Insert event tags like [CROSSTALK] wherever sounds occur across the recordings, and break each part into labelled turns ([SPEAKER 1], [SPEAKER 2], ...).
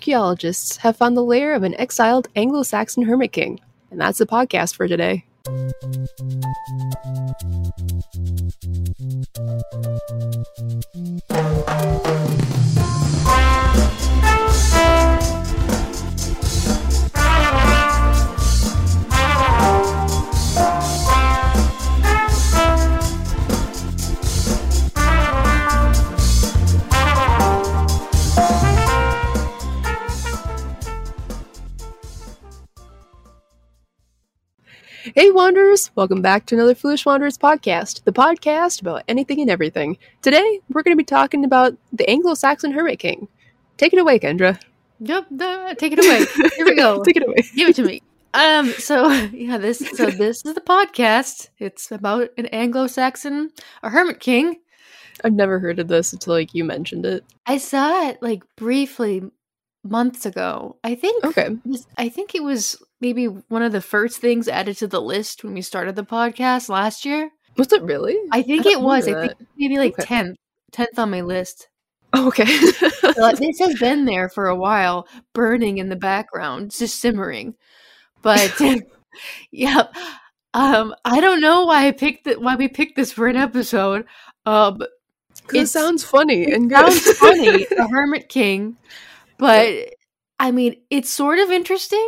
[SPEAKER 1] archaeologists have found the lair of an exiled Anglo Saxon hermit king. And that's the podcast for today. Hey, Wanderers! Welcome back to another Foolish Wanderers podcast, the podcast about anything and everything. Today, we're going to be talking about the Anglo Saxon hermit king. Take it away, Kendra.
[SPEAKER 2] Yep, duh, take it away. Here we
[SPEAKER 1] [LAUGHS]
[SPEAKER 2] go.
[SPEAKER 1] Take it away.
[SPEAKER 2] Give it to me. Um, so yeah, this so this is the podcast. It's about an Anglo-Saxon, a hermit king.
[SPEAKER 1] I've never heard of this until like you mentioned it.
[SPEAKER 2] I saw it like briefly months ago. I think
[SPEAKER 1] Okay.
[SPEAKER 2] it was- I think it was maybe one of the first things added to the list when we started the podcast last year.
[SPEAKER 1] Was it really?
[SPEAKER 2] I think
[SPEAKER 1] I
[SPEAKER 2] it
[SPEAKER 1] don't
[SPEAKER 2] was. I
[SPEAKER 1] remember
[SPEAKER 2] think maybe like
[SPEAKER 1] Okay.
[SPEAKER 2] 10th 10th on my list.
[SPEAKER 1] Oh, [LAUGHS] okay.
[SPEAKER 2] Well, this has been there for a while, burning in the background, just simmering.
[SPEAKER 1] [LAUGHS]
[SPEAKER 2] But yep. Um, I don't know why I picked it, why we picked this for an episode. Um,
[SPEAKER 1] 'Cause it [LAUGHS]
[SPEAKER 2] it's-
[SPEAKER 1] sounds funny
[SPEAKER 2] it
[SPEAKER 1] and good.
[SPEAKER 2] sounds funny, a hermit king, but I mean, it's sort of interesting.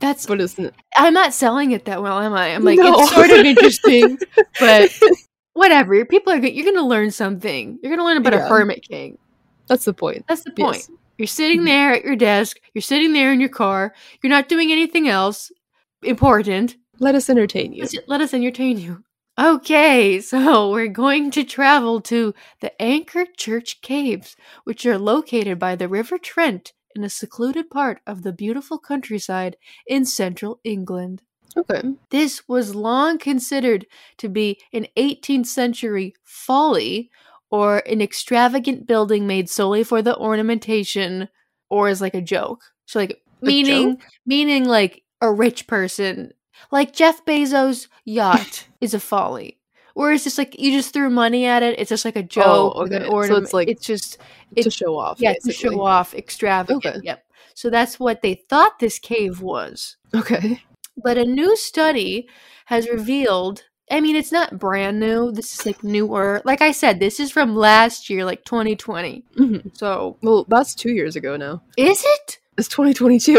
[SPEAKER 2] That's
[SPEAKER 1] [LAUGHS] but isn't it?
[SPEAKER 2] I'm not selling it that well, am I? I'm like
[SPEAKER 1] No.
[SPEAKER 2] it's sort of interesting, but
[SPEAKER 1] [LAUGHS]
[SPEAKER 2] whatever. People are go- you're going to learn something. You're going to learn about
[SPEAKER 1] Yeah.
[SPEAKER 2] a hermit king.
[SPEAKER 1] That's the point.
[SPEAKER 2] That's the point.
[SPEAKER 1] Yes.
[SPEAKER 2] You're sitting there at your desk. You're sitting there in your car. You're not doing anything else important.
[SPEAKER 1] Let us entertain you.
[SPEAKER 2] Let's- Let us entertain you. Okay, so [LAUGHS] we're going to travel to the Anchor Church Caves, which are located by the River Trent in a secluded part of the beautiful countryside in central England.
[SPEAKER 1] Okay.
[SPEAKER 2] This was long considered to be an 18th century folly or an extravagant building made solely for the ornamentation or as like a joke. So like meaning meaning like a rich person like Jeff Bezos
[SPEAKER 1] [LAUGHS]
[SPEAKER 2] yacht is a folly. Or it's just like you just threw money at it. It's just like a joke.
[SPEAKER 1] Oh,
[SPEAKER 2] with an
[SPEAKER 1] okay. So
[SPEAKER 2] ornament.
[SPEAKER 1] it's like-
[SPEAKER 2] it's just
[SPEAKER 1] to
[SPEAKER 2] It-
[SPEAKER 1] show off.
[SPEAKER 2] yeah to
[SPEAKER 1] basically.
[SPEAKER 2] show off extravagant.
[SPEAKER 1] Okay.
[SPEAKER 2] Yep. So that's what they thought this cave was.
[SPEAKER 1] Okay.
[SPEAKER 2] But a new study has revealed. I mean, it's not brand new. This is like newer. Like I said, this is from last year, like 2020.
[SPEAKER 1] Mhm.
[SPEAKER 2] So,
[SPEAKER 1] Well, that's two years ago now.
[SPEAKER 2] is it?
[SPEAKER 1] It's [LAUGHS] 2022.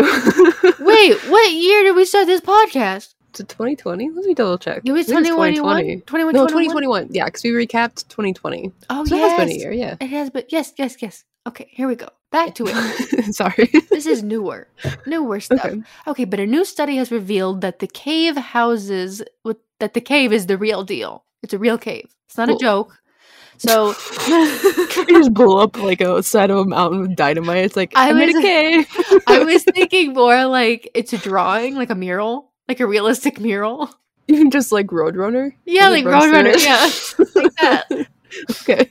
[SPEAKER 1] [LAUGHS]
[SPEAKER 2] Wait, what year did we start this podcast?
[SPEAKER 1] Is it 2020? Let me double check.
[SPEAKER 2] It was
[SPEAKER 1] I think it's
[SPEAKER 2] 2021. 2021.
[SPEAKER 1] No, 2021. Yeah, because we recapped 2020.
[SPEAKER 2] Oh,
[SPEAKER 1] so
[SPEAKER 2] yes.
[SPEAKER 1] it has been a year, yeah.
[SPEAKER 2] It has been. Yes, yes, yes. Okay, here we go. Back to
[SPEAKER 1] [LAUGHS]
[SPEAKER 2] it. [LAUGHS]
[SPEAKER 1] Sorry.
[SPEAKER 2] this is newer, newer stuff.
[SPEAKER 1] Okay.
[SPEAKER 2] okay, but a new study has revealed that the cave houses with that the cave is the real deal. It's a real cave. It's not
[SPEAKER 1] Cool.
[SPEAKER 2] a joke. So.
[SPEAKER 1] [LAUGHS] you just blow up like a side of a mountain with dynamite. It's like, I,
[SPEAKER 2] I
[SPEAKER 1] made a
[SPEAKER 2] was-
[SPEAKER 1] cave. [LAUGHS]
[SPEAKER 2] I was thinking more like it's a drawing, like a mural, like a realistic mural. [LAUGHS]
[SPEAKER 1] You can just like Roadrunner.
[SPEAKER 2] Yeah,
[SPEAKER 1] And
[SPEAKER 2] like
[SPEAKER 1] it runs
[SPEAKER 2] Roadrunner. [LAUGHS] Yeah,
[SPEAKER 1] through it.
[SPEAKER 2] like that.
[SPEAKER 1] [LAUGHS] okay.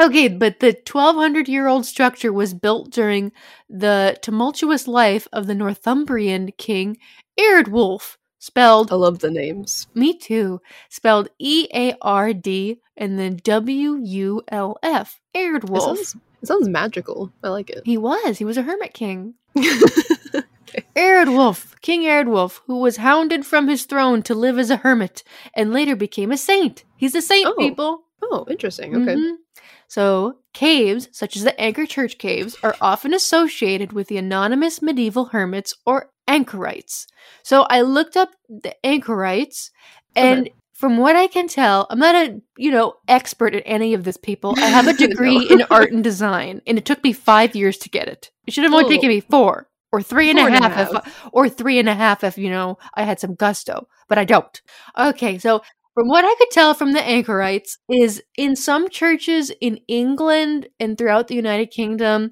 [SPEAKER 2] Okay, but the 1200 year old structure was built during the tumultuous life of the Northumbrian king Eardwulf, spelled
[SPEAKER 1] I love the names.
[SPEAKER 2] me too, spelled E A R D and then W U L F,
[SPEAKER 1] It
[SPEAKER 2] Eardwulf.
[SPEAKER 1] sounds, it sounds magical. I like it.
[SPEAKER 2] He was. He was a hermit king. [LAUGHS]
[SPEAKER 1] okay.
[SPEAKER 2] Eardwulf, King Eardwulf, who was hounded from his throne to live as a hermit and later became a saint. He's a saint,
[SPEAKER 1] Oh,
[SPEAKER 2] people.
[SPEAKER 1] Oh, interesting. Okay.
[SPEAKER 2] Mhm. So, caves, such as the Anchor Church caves, are often associated with the anonymous medieval hermits or anchorites. So, I looked up the anchorites, and from what I can tell, I'm not a, you know, expert at any of this, people. I have a
[SPEAKER 1] [LAUGHS] No.
[SPEAKER 2] degree in art and design, and it took me five years to get it. It should have only
[SPEAKER 1] Oh.
[SPEAKER 2] taken me four or three and a
[SPEAKER 1] Four
[SPEAKER 2] half,
[SPEAKER 1] and a
[SPEAKER 2] if I- or three and a half if you know I had some gusto, but I don't. Okay, so from what I could tell from the anchorites is in some churches in England and throughout the United Kingdom,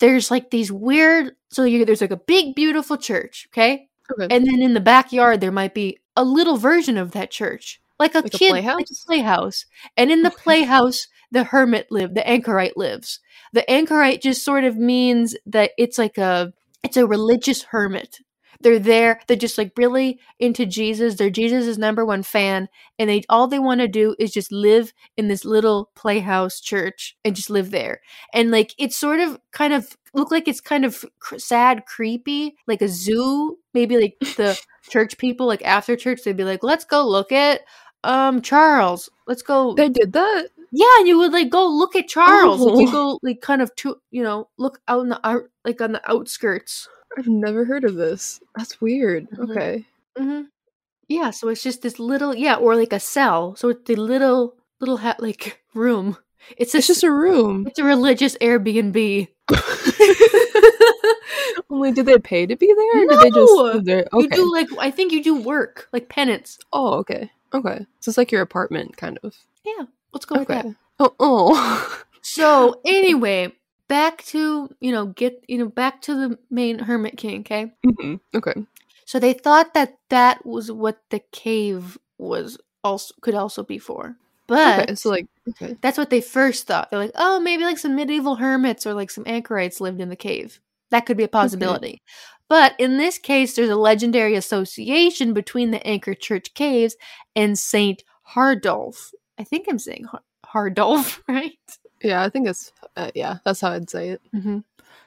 [SPEAKER 2] there's like these weird. So you, there's like a big, beautiful church, okay,
[SPEAKER 1] Okay.
[SPEAKER 2] Mm-hmm. and then in the backyard there might be a little version of that church, like a
[SPEAKER 1] Like a
[SPEAKER 2] kid like
[SPEAKER 1] playhouse?
[SPEAKER 2] a playhouse, and in
[SPEAKER 1] [LAUGHS]
[SPEAKER 2] the
[SPEAKER 1] Okay.
[SPEAKER 2] playhouse the hermit lived, the anchorite lives. The anchorite just sort of means that it's like a it's a religious hermit. They're there. They're just like really into Jesus. They're Jesus' number one fan, and they all they want to do is just live in this little playhouse church and just live there. And like it's sort of kind of look like it's kind of cr- sad, creepy, like a zoo.
[SPEAKER 1] [LAUGHS]
[SPEAKER 2] Maybe like the church people, like after church, they'd be like, "Let's go look at um Charles. Let's go."
[SPEAKER 1] They did that.
[SPEAKER 2] yeah, and you would like go look at Charles. Like you
[SPEAKER 1] Oh.
[SPEAKER 2] go like kind of to you know look out in the out like on the outskirts.
[SPEAKER 1] I've never heard of this. That's weird.
[SPEAKER 2] Mhm.
[SPEAKER 1] Okay.
[SPEAKER 2] hmm Yeah, so it's just this little yeah, or like a cell. So it's the little little ha- like [LAUGHS] room. It's
[SPEAKER 1] It's just a [LAUGHS] room.
[SPEAKER 2] it's a religious Airbnb.
[SPEAKER 1] Only did they pay to be there? Or did they just
[SPEAKER 2] No!
[SPEAKER 1] live there?
[SPEAKER 2] You
[SPEAKER 1] Okay.
[SPEAKER 2] do like I think you do work like penance.
[SPEAKER 1] oh, okay. Okay. So it's like your apartment, kind of.
[SPEAKER 2] Let's go with
[SPEAKER 1] okay.
[SPEAKER 2] that.
[SPEAKER 1] Oh, oh. [LAUGHS]
[SPEAKER 2] So anyway, back to you know get you know back to the main Hermit King. Okay,
[SPEAKER 1] Mhm. Okay.
[SPEAKER 2] so they thought that that was what the cave was also could also be for, but
[SPEAKER 1] Okay. So like, okay.
[SPEAKER 2] That's what they first thought. They're like, oh, maybe like some medieval hermits or like some anchorites lived in the cave. That could be a possibility. But in this case, there's a legendary association between the Anchor Church caves and Saint Hardolf. I think I'm saying Har- Hardolf, [LAUGHS] right?
[SPEAKER 1] Yeah, I think it's uh, yeah. That's how I'd say it.
[SPEAKER 2] Mm-hmm.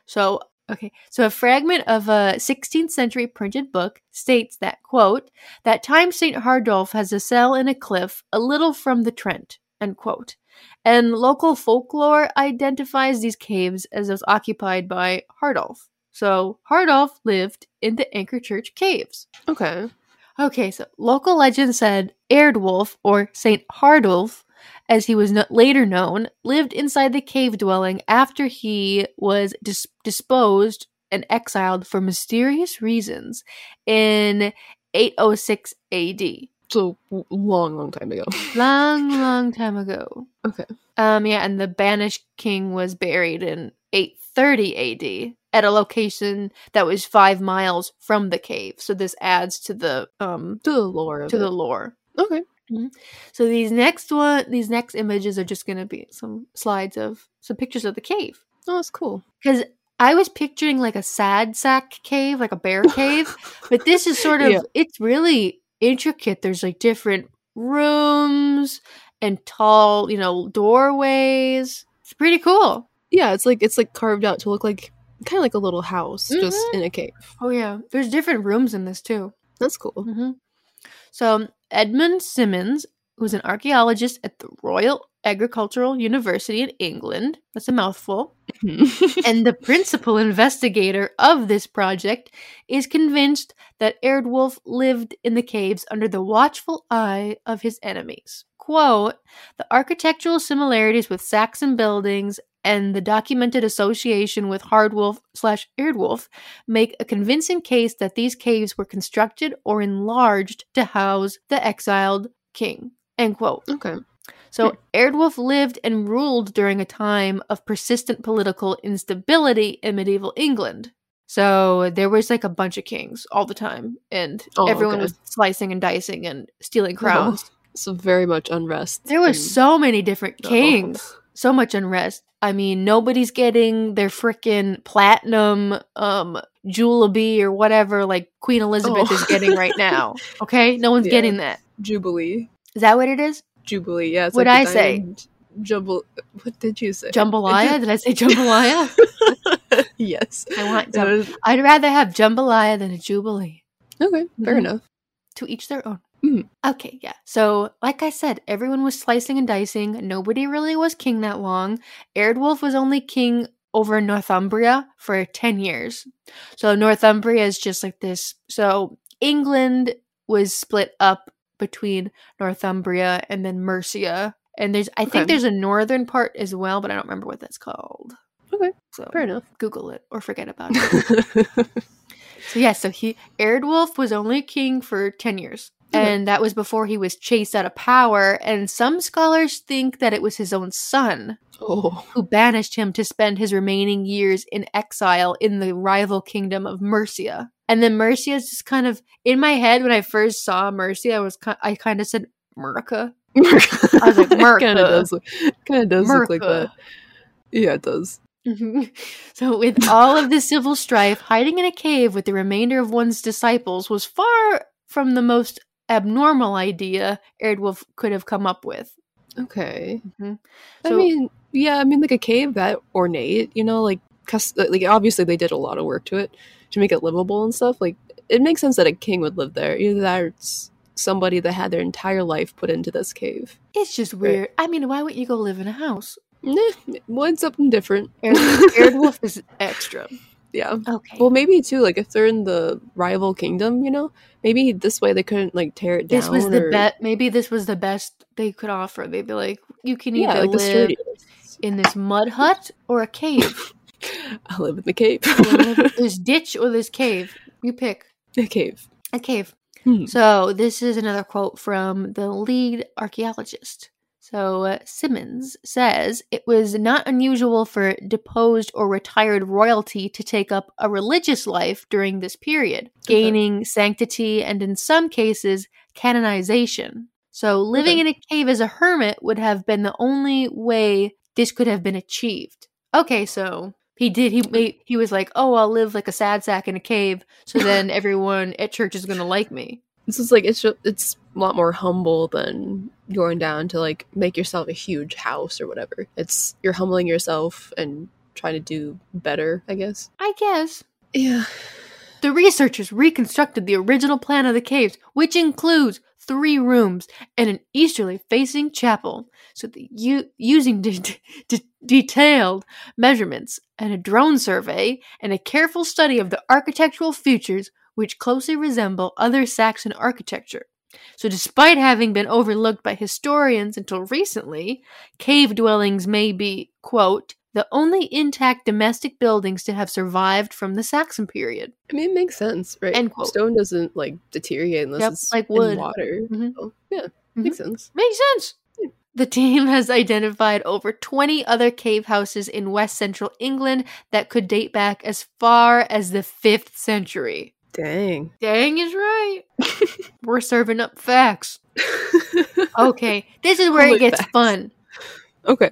[SPEAKER 2] So, okay. So, a fragment of a 16th century printed book states that, quote, that time St. Hardolf has a cell in a cliff a little from the Trent, end quote. And local folklore identifies these caves as those occupied by Hardolf. So, Hardolf lived in the Anchor Church caves.
[SPEAKER 1] Okay.
[SPEAKER 2] Okay, so local legend said Erdwulf, or Saint Hardulf, as he was no- later known, lived inside the cave dwelling after he was dis- disposed and exiled for mysterious reasons in 806 AD.
[SPEAKER 1] So w- long, long time ago.
[SPEAKER 2] Long, long time ago.
[SPEAKER 1] Okay.
[SPEAKER 2] Um, yeah, and the banished king was buried in 830 AD at a location that was five miles from the cave. So this adds to the um
[SPEAKER 1] [LAUGHS] To the lore of
[SPEAKER 2] to
[SPEAKER 1] it.
[SPEAKER 2] the lore.
[SPEAKER 1] Okay.
[SPEAKER 2] So these next one, these next images are just going to be some slides of some pictures of the cave.
[SPEAKER 1] Oh, that's cool.
[SPEAKER 2] Because I was picturing like a sad sack cave, like a [LAUGHS] bear cave, but this is sort of
[SPEAKER 1] Yeah.
[SPEAKER 2] it's really intricate. There's like different rooms and tall, you know, doorways. It's pretty cool.
[SPEAKER 1] [LAUGHS] yeah, it's like it's like carved out to look like kind of like a little house just
[SPEAKER 2] Mhm.
[SPEAKER 1] in a cave.
[SPEAKER 2] Oh yeah, there's different rooms in this too.
[SPEAKER 1] That's cool.
[SPEAKER 2] hmm So Edmund Simmons, who's an archaeologist at the Royal Agricultural University in England, that's a mouthful,
[SPEAKER 1] Hmm.
[SPEAKER 2] and the principal investigator of this project is convinced that Erdwulf lived in the caves under the watchful eye of his enemies. Quote The architectural similarities with Saxon buildings and the documented association with Hardwolf slash Erdwulf make a convincing case that these caves were constructed or enlarged to house the exiled king. End quote.
[SPEAKER 1] [LAUGHS] okay.
[SPEAKER 2] So
[SPEAKER 1] Hmm.
[SPEAKER 2] Erdwulf lived and ruled during a time of persistent political instability in medieval England. So there was like a bunch of kings all the time, and
[SPEAKER 1] Oh,
[SPEAKER 2] everyone
[SPEAKER 1] okay. Oh,
[SPEAKER 2] was slicing and dicing and stealing
[SPEAKER 1] [LAUGHS]
[SPEAKER 2] crowns.
[SPEAKER 1] So very much unrest.
[SPEAKER 2] There were so many different
[SPEAKER 1] Oh.
[SPEAKER 2] kings, so much unrest. I mean, nobody's getting their frickin' platinum um jewelry or whatever like Queen Elizabeth
[SPEAKER 1] Oh.
[SPEAKER 2] is getting right now.
[SPEAKER 1] [LAUGHS]
[SPEAKER 2] Okay, no one's
[SPEAKER 1] Yeah.
[SPEAKER 2] getting that.
[SPEAKER 1] Jubilee.
[SPEAKER 2] Is that what it is?
[SPEAKER 1] Jubilee. Yeah. It's
[SPEAKER 2] What'd
[SPEAKER 1] like the
[SPEAKER 2] I say?
[SPEAKER 1] diamond Jumble. What did you say?
[SPEAKER 2] Jambalaya? Did I say jambalaya?
[SPEAKER 1] [LAUGHS] yes.
[SPEAKER 2] I
[SPEAKER 1] [LAUGHS]
[SPEAKER 2] want
[SPEAKER 1] That
[SPEAKER 2] jam-
[SPEAKER 1] was-
[SPEAKER 2] I'd rather have jambalaya than a jubilee.
[SPEAKER 1] okay. Fair
[SPEAKER 2] Mhm.
[SPEAKER 1] enough.
[SPEAKER 2] To each their own.
[SPEAKER 1] Mm.
[SPEAKER 2] Okay, yeah. So, like I said, everyone was slicing and dicing. Nobody really was king that long. Erdwulf was only king over Northumbria for 10 years. So, Northumbria is just like this. So, England was split up between Northumbria and then Mercia. And there's, I
[SPEAKER 1] Okay.
[SPEAKER 2] think there's a northern part as well, but I don't remember what that's called.
[SPEAKER 1] Okay,
[SPEAKER 2] So,
[SPEAKER 1] Fair enough.
[SPEAKER 2] Google it or forget about
[SPEAKER 1] [LAUGHS]
[SPEAKER 2] it. So yeah, so he Erdwulf was only king for ten years.
[SPEAKER 1] Okay.
[SPEAKER 2] And that was before he was chased out of power, and some scholars think that it was his own son
[SPEAKER 1] [LAUGHS] oh.
[SPEAKER 2] who banished him to spend his remaining years in exile in the rival kingdom of Mercia. And then Mercia is just kind of in my head when I first saw Mercia, I was ki- I kind of said Murica.
[SPEAKER 1] I [LAUGHS]
[SPEAKER 2] was like,
[SPEAKER 1] kind
[SPEAKER 2] Merca.
[SPEAKER 1] of does. Kind of does look like
[SPEAKER 2] Merca.
[SPEAKER 1] that. Yeah, it does.
[SPEAKER 2] Mhm. [LAUGHS] so, with all of this civil strife, hiding in a cave with the remainder of one's disciples was far from the most abnormal idea Erdwulf could have come up with.
[SPEAKER 1] Okay.
[SPEAKER 2] Mhm.
[SPEAKER 1] I
[SPEAKER 2] So-
[SPEAKER 1] mean, yeah, I mean, like a cave that ornate, you know, like cus- like obviously they did a lot of work to it to make it livable and stuff. Like it makes sense that a king would live there. Either that or it's somebody that had their entire life put into this cave.
[SPEAKER 2] It's just weird. I mean, why wouldn't you go live in
[SPEAKER 1] [LAUGHS]
[SPEAKER 2] a house?
[SPEAKER 1] Nah, want something different.
[SPEAKER 2] Aaron, Aaron Wolf is extra.
[SPEAKER 1] yeah.
[SPEAKER 2] Okay.
[SPEAKER 1] Well, maybe too. Like if they're in the rival kingdom, you know, maybe this way they couldn't like tear it down.
[SPEAKER 2] this was the
[SPEAKER 1] or-
[SPEAKER 2] bet. Maybe this was the best they could offer. They'd be like, you can either
[SPEAKER 1] Yeah, like the
[SPEAKER 2] live
[SPEAKER 1] studios.
[SPEAKER 2] in this mud hut or a cave.
[SPEAKER 1] [LAUGHS] I live in the cave.
[SPEAKER 2] You
[SPEAKER 1] [LAUGHS]
[SPEAKER 2] live in this ditch or this cave. You pick
[SPEAKER 1] the cave.
[SPEAKER 2] a cave.
[SPEAKER 1] Hmm.
[SPEAKER 2] So this is another quote from the lead archaeologist. So uh, Simmons says it was not unusual for deposed or retired royalty to take up a religious life during this period,
[SPEAKER 1] Okay.
[SPEAKER 2] gaining sanctity and in some cases canonization. So living
[SPEAKER 1] Okay.
[SPEAKER 2] in a cave as a hermit would have been the only way this could have been achieved. Okay, so he did he he was like, "Oh, I'll live like a sad sack in a cave so then everyone at church is going to like me."
[SPEAKER 1] This is like it's ju- it's a lot more humble than going down to like make yourself a huge house or whatever. It's you're humbling yourself and trying to do better, I guess.
[SPEAKER 2] I guess.
[SPEAKER 1] Yeah.
[SPEAKER 2] The researchers reconstructed the original plan of the caves, which includes three rooms and an easterly facing chapel. So, the, u- using de- de- de- detailed measurements and a drone survey and a careful study of the architectural features, which closely resemble other Saxon architecture. So, despite having been overlooked by historians until recently, cave dwellings may be, quote, the only intact domestic buildings to have survived from the Saxon period.
[SPEAKER 1] I mean, it makes sense, right?
[SPEAKER 2] End quote.
[SPEAKER 1] Stone doesn't like deteriorate unless
[SPEAKER 2] Yep,
[SPEAKER 1] it's
[SPEAKER 2] like
[SPEAKER 1] in
[SPEAKER 2] wood.
[SPEAKER 1] water.
[SPEAKER 2] Mhm.
[SPEAKER 1] So, yeah,
[SPEAKER 2] Mhm.
[SPEAKER 1] makes sense.
[SPEAKER 2] Makes sense. The team has identified over 20 other cave houses in west central England that could date back as far as the 5th century.
[SPEAKER 1] [LAUGHS] Dang.
[SPEAKER 2] Dang is right. We're serving up facts. [LAUGHS] Okay, this is where
[SPEAKER 1] Holy
[SPEAKER 2] it gets
[SPEAKER 1] facts.
[SPEAKER 2] fun.
[SPEAKER 1] okay.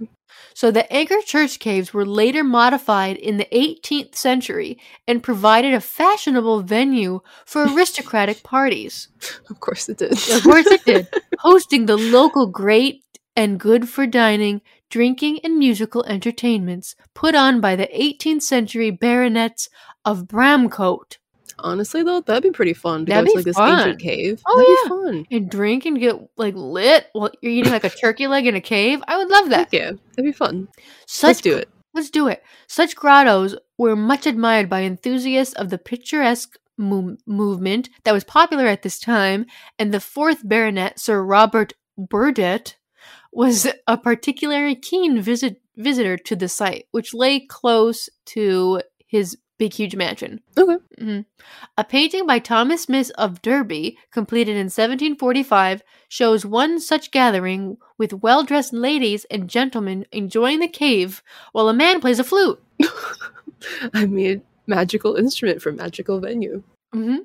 [SPEAKER 2] So, the Anchor Church caves were later modified in the 18th century and provided a fashionable venue for aristocratic parties.
[SPEAKER 1] Of course it did.
[SPEAKER 2] Of course it did. Hosting the local great and good for dining, drinking, and musical entertainments put on by the 18th century baronets of Bramcote.
[SPEAKER 1] [LAUGHS] Honestly, though, that'd be pretty fun to
[SPEAKER 2] That'd
[SPEAKER 1] go to
[SPEAKER 2] be
[SPEAKER 1] like this
[SPEAKER 2] fun.
[SPEAKER 1] ancient cave.
[SPEAKER 2] Oh,
[SPEAKER 1] that'd be fun.
[SPEAKER 2] And drink and get like lit while you're eating like a turkey leg in a cave. I would love that.
[SPEAKER 1] Yeah, that'd be fun.
[SPEAKER 2] Such
[SPEAKER 1] [LAUGHS] Let's do it.
[SPEAKER 2] Let's do it. Such grottos were much admired by enthusiasts of the picturesque mo- movement that was popular at this time, and the fourth baronet, Sir Robert Burdett, was a particularly keen visit- visitor to the site, which lay close to his big, huge mansion.
[SPEAKER 1] Okay.
[SPEAKER 2] Mhm. A painting by Thomas Smith of Derby, completed in 1745, shows one such gathering with well dressed ladies and gentlemen enjoying the cave while a man plays a flute.
[SPEAKER 1] [LAUGHS] I mean, magical instrument for magical venue.
[SPEAKER 2] hmm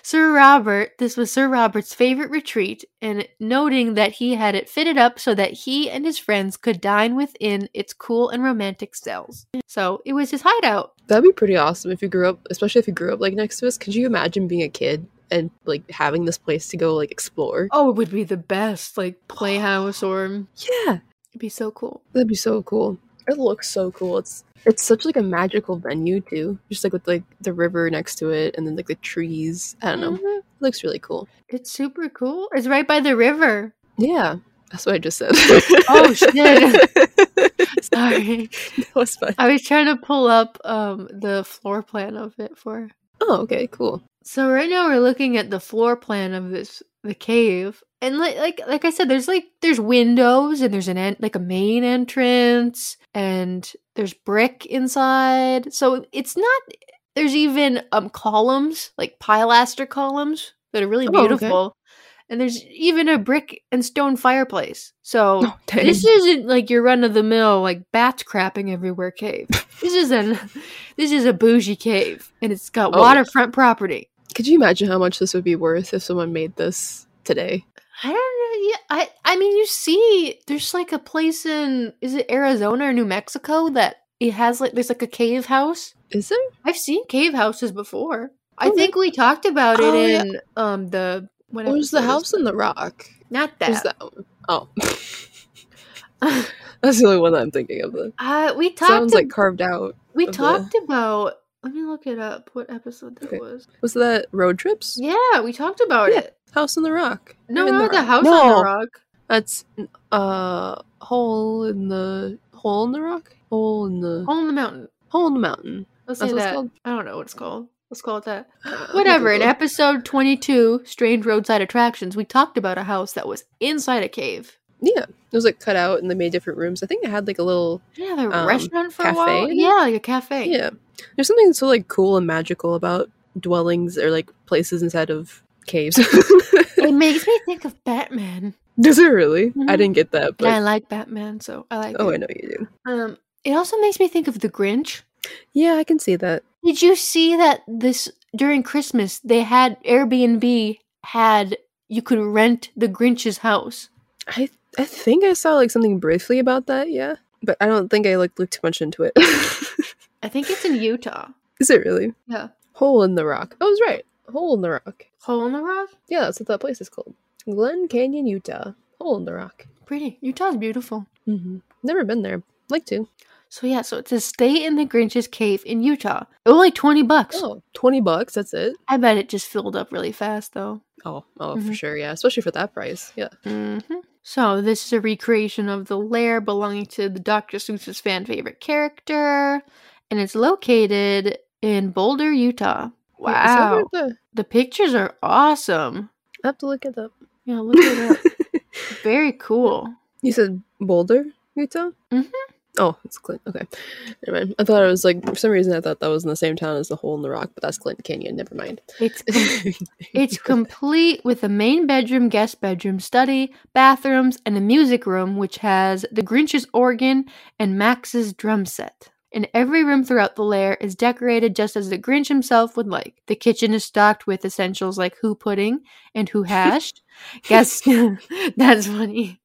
[SPEAKER 2] Sir Robert, this was Sir Robert's favorite retreat, and noting that he had it fitted up so that he and his friends could dine within its cool and romantic cells. So it was his hideout.
[SPEAKER 1] That'd be pretty awesome if you grew up, especially if you grew up like next to us. Could you imagine being a kid and like having this place to go like explore?
[SPEAKER 2] Oh, it would be the best, like playhouse, or [GASPS] it'd
[SPEAKER 1] Yeah,
[SPEAKER 2] be so cool.
[SPEAKER 1] that'd be so cool. It looks so cool. It's it's such like a magical venue too. Just like with like the river next to it, and then like the trees. I don't know. It
[SPEAKER 2] Mhm.
[SPEAKER 1] looks really cool.
[SPEAKER 2] It's super cool. It's right by the [LAUGHS] river.
[SPEAKER 1] Yeah, that's what I just said.
[SPEAKER 2] Oh,
[SPEAKER 1] [LAUGHS]
[SPEAKER 2] shit. Sorry,
[SPEAKER 1] that was fun.
[SPEAKER 2] I was trying to pull up um the floor plan of it for
[SPEAKER 1] Oh, okay, cool.
[SPEAKER 2] So right now we're looking at the floor plan of this the cave, and like like like I said, there's like there's windows and there's an en- like a main entrance and there's brick inside. So it's not there's even um columns like pilaster columns that are really
[SPEAKER 1] Oh, okay.
[SPEAKER 2] beautiful, and there's even a brick and stone fireplace. So
[SPEAKER 1] Oh, dang.
[SPEAKER 2] this isn't like your run of the mill like bats crapping everywhere cave. This is an [LAUGHS] this is a bougie cave and it's got
[SPEAKER 1] Oh.
[SPEAKER 2] waterfront property.
[SPEAKER 1] Could you imagine how much this would be worth if someone made this today?
[SPEAKER 2] I don't know. Yeah, I I mean you see there's like a place in is it Arizona or New Mexico that it has like there's like a cave house.
[SPEAKER 1] Is there?
[SPEAKER 2] I've seen cave houses before. I
[SPEAKER 1] Okay.
[SPEAKER 2] think we talked about it
[SPEAKER 1] Oh, yeah.
[SPEAKER 2] in um the
[SPEAKER 1] Or
[SPEAKER 2] whatever.
[SPEAKER 1] is the house in the rock?
[SPEAKER 2] Not
[SPEAKER 1] [LAUGHS] Or is
[SPEAKER 2] that.
[SPEAKER 1] that one? Oh. That's the only one that I'm thinking of. That
[SPEAKER 2] Uh, we talked.
[SPEAKER 1] sounds
[SPEAKER 2] ab-
[SPEAKER 1] like carved out.
[SPEAKER 2] we
[SPEAKER 1] of the-
[SPEAKER 2] talked about. Let me look it up. What episode that
[SPEAKER 1] Okay.
[SPEAKER 2] was?
[SPEAKER 1] Was that Road Trips?
[SPEAKER 2] Yeah, we talked about
[SPEAKER 1] Yeah.
[SPEAKER 2] it.
[SPEAKER 1] House on the Rock.
[SPEAKER 2] No,
[SPEAKER 1] In
[SPEAKER 2] not the house
[SPEAKER 1] no,
[SPEAKER 2] on the rock.
[SPEAKER 1] That's uh hole in the hole in the rock. Hole in the
[SPEAKER 2] Hole in the mountain.
[SPEAKER 1] hole in the mountain.
[SPEAKER 2] Let's
[SPEAKER 1] That's
[SPEAKER 2] say
[SPEAKER 1] what it's
[SPEAKER 2] that.
[SPEAKER 1] called?
[SPEAKER 2] I don't know what it's called. Let's call it that.
[SPEAKER 1] Uh,
[SPEAKER 2] Whatever. In
[SPEAKER 1] Google.
[SPEAKER 2] episode twenty-two, strange roadside attractions, we talked about a house that was inside a cave.
[SPEAKER 1] Yeah, it was like cut out and they made different rooms. I think it had like a little
[SPEAKER 2] Yeah, the
[SPEAKER 1] Um,
[SPEAKER 2] restaurant for a
[SPEAKER 1] cafe, I
[SPEAKER 2] while.
[SPEAKER 1] think?
[SPEAKER 2] Yeah, like a cafe.
[SPEAKER 1] yeah. There's something so like cool and magical about dwellings or like places inside of caves. [LAUGHS]
[SPEAKER 2] It makes me think of Batman.
[SPEAKER 1] Does it really? I
[SPEAKER 2] Mhm.
[SPEAKER 1] didn't get that,
[SPEAKER 2] And I
[SPEAKER 1] but
[SPEAKER 2] [LAUGHS] like Batman, so I like.
[SPEAKER 1] oh,
[SPEAKER 2] it.
[SPEAKER 1] I know you do.
[SPEAKER 2] Um, it also makes me think of the Grinch.
[SPEAKER 1] Yeah, I can see that.
[SPEAKER 2] Did you see that this during Christmas they had Airbnb had you could rent the Grinch's house?
[SPEAKER 1] I I think I saw like something briefly about that. Yeah, but I don't think I like looked too much into it. [LAUGHS]
[SPEAKER 2] I think it's in Utah.
[SPEAKER 1] Is it really?
[SPEAKER 2] Yeah.
[SPEAKER 1] Hole in the Rock. I was right. Hole in the Rock.
[SPEAKER 2] Hole in the Rock?
[SPEAKER 1] Yeah, that's what that place is called. Glen Canyon, Utah. Hole in the Rock.
[SPEAKER 2] Pretty. Utah's beautiful.
[SPEAKER 1] Mm-hmm. Never been there. Like to.
[SPEAKER 2] So yeah, so it's a stay in the Grinch's cave in Utah. Only twenty bucks.
[SPEAKER 1] Oh, 20 bucks. That's it.
[SPEAKER 2] I bet it just filled up really fast though.
[SPEAKER 1] Oh, oh, for
[SPEAKER 2] Mhm.
[SPEAKER 1] sure. Yeah, especially for that price. Yeah.
[SPEAKER 2] hmm So this is a recreation of the lair belonging to the Dr. Seuss's fan favorite character, and it's located in Boulder, Utah.
[SPEAKER 1] Wait, is that
[SPEAKER 2] Wow.
[SPEAKER 1] where the-
[SPEAKER 2] The pictures are awesome.
[SPEAKER 1] I have to look
[SPEAKER 2] [LAUGHS]
[SPEAKER 1] it up.
[SPEAKER 2] Yeah, look it up. Very cool.
[SPEAKER 1] you said Boulder, Utah.
[SPEAKER 2] Mhm.
[SPEAKER 1] Oh, it's Clint. Okay, never mind. I thought it was like for some reason I thought that was in the same town as the Hole in the Rock, but that's Clint Canyon. Never mind.
[SPEAKER 2] It's com- [LAUGHS]
[SPEAKER 1] [LAUGHS]
[SPEAKER 2] it's complete with a main bedroom, guest bedroom, study, bathrooms, and a music room which has the Grinch's organ and Max's drum set. And every room throughout the lair is decorated just as the Grinch himself would like. The kitchen is stocked with essentials like who pudding and who hashed. Guests, [LAUGHS] that's funny.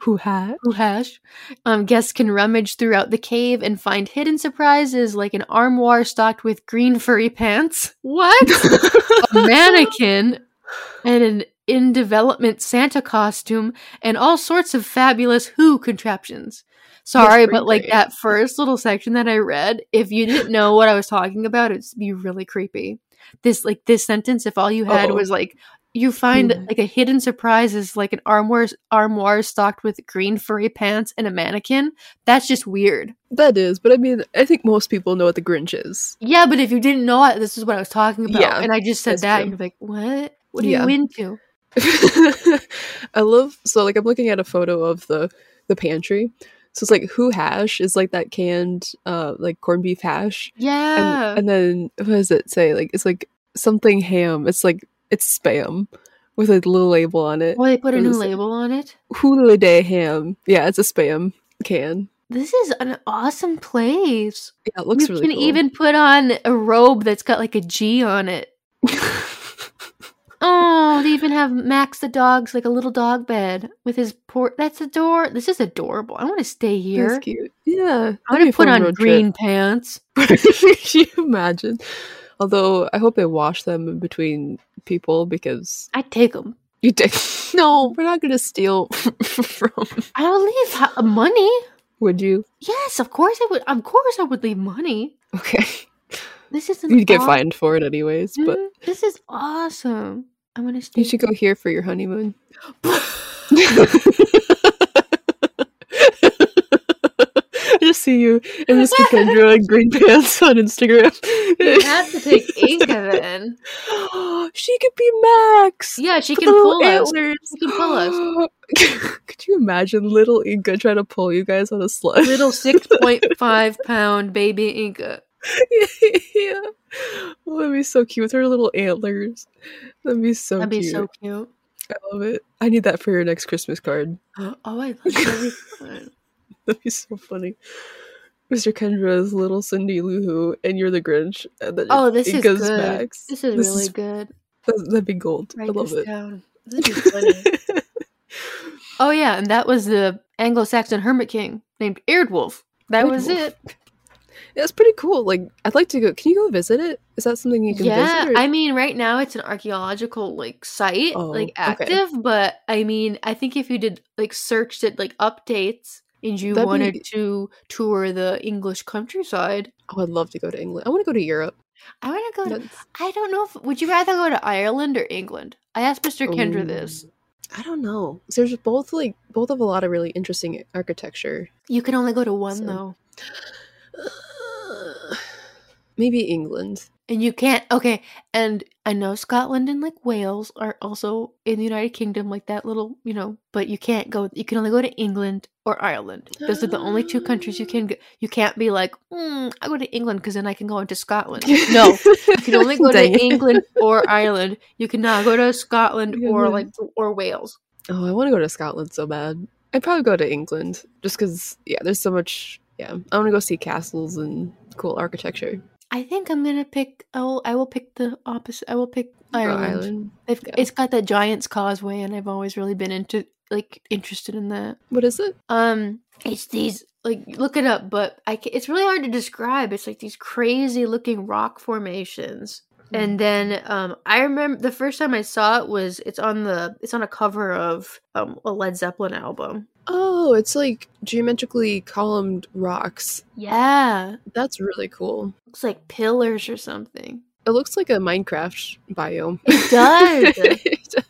[SPEAKER 1] who had
[SPEAKER 2] who hash. Um, guests can rummage throughout the cave and find hidden surprises like an armoire stocked with green furry pants. What? [LAUGHS] a mannequin and an in development Santa costume and all sorts of fabulous Who contraptions. Sorry,
[SPEAKER 1] That's pretty
[SPEAKER 2] but like
[SPEAKER 1] great.
[SPEAKER 2] that first little section that I read, if you didn't know what I was talking about, it'd be really creepy. This like this sentence, if all you had
[SPEAKER 1] Oh.
[SPEAKER 2] was like you find
[SPEAKER 1] Hmm.
[SPEAKER 2] like a hidden surprise is like an armoire armoire stocked with green furry pants and a mannequin. That's just weird.
[SPEAKER 1] That is, but I mean, I think most people know what the Grinch is.
[SPEAKER 2] Yeah, but if you didn't know it, this is what I was talking about,
[SPEAKER 1] Yeah,
[SPEAKER 2] and I just said
[SPEAKER 1] that's
[SPEAKER 2] that,
[SPEAKER 1] true.
[SPEAKER 2] you're like, what? What are
[SPEAKER 1] Yeah.
[SPEAKER 2] you into?
[SPEAKER 1] [LAUGHS] I love so like I'm looking at a photo of the the pantry. So it's like who hash is like that canned uh like corned beef hash, and
[SPEAKER 2] Yeah,
[SPEAKER 1] and then what does it say? Like it's like something ham. It's like it's spam with a little label on it.
[SPEAKER 2] well, they put a
[SPEAKER 1] it
[SPEAKER 2] new
[SPEAKER 1] was-
[SPEAKER 2] label on it.
[SPEAKER 1] Hula day ham. Yeah, it's a spam can.
[SPEAKER 2] This is an awesome place.
[SPEAKER 1] Yeah, it looks
[SPEAKER 2] you
[SPEAKER 1] really
[SPEAKER 2] can
[SPEAKER 1] cool. [LAUGHS]
[SPEAKER 2] even put on a robe that's got like a G on it. Oh, they even have Max the dog's like a little dog bed with his port. That's adorable. This is adorable. I want to stay here.
[SPEAKER 1] That's cute. Yeah,
[SPEAKER 2] I'm
[SPEAKER 1] that'd be
[SPEAKER 2] gonna
[SPEAKER 1] a
[SPEAKER 2] put
[SPEAKER 1] fun
[SPEAKER 2] on
[SPEAKER 1] road trip. [LAUGHS]
[SPEAKER 2] green pants.
[SPEAKER 1] Could you imagine? Although I hope they wash them in between people because
[SPEAKER 2] I take them.
[SPEAKER 1] you did. [LAUGHS] No, we're not going to steal [LAUGHS] from.
[SPEAKER 2] I would leave ho- money.
[SPEAKER 1] Would you?
[SPEAKER 2] Yes, of course I would. Of course I would leave money.
[SPEAKER 1] Okay,
[SPEAKER 2] This is an
[SPEAKER 1] you'd get
[SPEAKER 2] aw-
[SPEAKER 1] fined for it anyways. But
[SPEAKER 2] Mhm. this is awesome. I'm gonna stay.
[SPEAKER 1] you should go here for your
[SPEAKER 2] [LAUGHS]
[SPEAKER 1] honeymoon. I just see you in this Cassandra in
[SPEAKER 2] [LAUGHS]
[SPEAKER 1] green pants on Instagram. [LAUGHS]
[SPEAKER 2] You have
[SPEAKER 1] [GASPS]
[SPEAKER 2] to take Inka then.
[SPEAKER 1] she could be Max.
[SPEAKER 2] Yeah, she
[SPEAKER 1] With
[SPEAKER 2] can
[SPEAKER 1] the little
[SPEAKER 2] pull us.
[SPEAKER 1] antlers.
[SPEAKER 2] She can pull us. [GASPS]
[SPEAKER 1] [GASPS] Could you imagine little Inga trying to pull you guys on a sled?
[SPEAKER 2] Little six point five pound baby uh, Inca.
[SPEAKER 1] [LAUGHS] yeah. Oh, that'd be so cute with her little antlers. That'd be so
[SPEAKER 2] That'd be
[SPEAKER 1] cute.
[SPEAKER 2] so cute.
[SPEAKER 1] I love it. I need that for your next Christmas card. [LAUGHS]
[SPEAKER 2] [GASPS] Oh, I [LAUGHS] love that.
[SPEAKER 1] That'd be so funny. Mr. Kendra is little Cindy Lou Who, and you're the Grinch. And then
[SPEAKER 2] Oh, this is
[SPEAKER 1] Inga's
[SPEAKER 2] good.
[SPEAKER 1] Max.
[SPEAKER 2] This is really good.
[SPEAKER 1] that- [LAUGHS] That'd be gold. I
[SPEAKER 2] Write
[SPEAKER 1] love
[SPEAKER 2] this
[SPEAKER 1] it.
[SPEAKER 2] [LAUGHS] down. This
[SPEAKER 1] [LAUGHS]
[SPEAKER 2] is funny. oh yeah, and that was the Anglo-Saxon hermit king named Eardwolf. That was
[SPEAKER 1] Eardwolf.
[SPEAKER 2] it.
[SPEAKER 1] That's pretty cool. Like, I'd like to go. Can you go visit it? Is that something you can
[SPEAKER 2] yeah,
[SPEAKER 1] visit? or-
[SPEAKER 2] I mean, right now it's an archaeological like site,
[SPEAKER 1] Oh,
[SPEAKER 2] like
[SPEAKER 1] okay.
[SPEAKER 2] active. But I mean, I think if you did like searched it, like updates, and you
[SPEAKER 1] That'd be-
[SPEAKER 2] wanted to tour the English countryside,
[SPEAKER 1] Oh, I'd love to go to England. I want to go to Europe.
[SPEAKER 2] I want to go. To,
[SPEAKER 1] That's-
[SPEAKER 2] I don't know if would you rather go to Ireland or England. I asked Mr. Kendra this.
[SPEAKER 1] Ooh. Um, I don't know. 'Cause There's both like both have a lot of really interesting architecture. [SIGHS]
[SPEAKER 2] You can only go to one
[SPEAKER 1] So-
[SPEAKER 2] though,
[SPEAKER 1] Maybe
[SPEAKER 2] [LAUGHS]
[SPEAKER 1] England.
[SPEAKER 2] and you can't. Okay, and I know Scotland and like Wales are also in the United Kingdom, like that little, you know. But you can't go. You can only go to England or Ireland. Those are the only two countries you can go. You can't be like, mm, I go to England because then I can go
[SPEAKER 1] [LAUGHS]
[SPEAKER 2] into Scotland. No, You can only go to
[SPEAKER 1] Dang it.
[SPEAKER 2] England or Ireland. You cannot go
[SPEAKER 1] [LAUGHS]
[SPEAKER 2] to Scotland
[SPEAKER 1] Yeah,
[SPEAKER 2] or
[SPEAKER 1] no.
[SPEAKER 2] like or Wales.
[SPEAKER 1] Oh, I want to go to Scotland so bad. I'd probably go to England just because, yeah, there's so much. Yeah, I want to go see castles and cool architecture.
[SPEAKER 2] I think I'm gonna pick. I will. I will pick the opposite. I will pick
[SPEAKER 1] Or
[SPEAKER 2] Ireland.
[SPEAKER 1] Ireland.
[SPEAKER 2] They've-
[SPEAKER 1] yeah.
[SPEAKER 2] It's got the Giant's Causeway, and I've always really been into like interested in that.
[SPEAKER 1] What is it?
[SPEAKER 2] Um, it's these like look it up, but I ca it's really hard to describe. It's like these crazy looking rock formations.
[SPEAKER 1] Hmm.
[SPEAKER 2] And then um, I remember the first time I saw it was it's on the it's on a cover of um, a Led Zeppelin album.
[SPEAKER 1] Oh, it's like geometrically columned rocks.
[SPEAKER 2] Yeah,
[SPEAKER 1] That's really cool.
[SPEAKER 2] looks like pillars or something.
[SPEAKER 1] It looks like a Minecraft biome.
[SPEAKER 2] It does.
[SPEAKER 1] It [LAUGHS] does.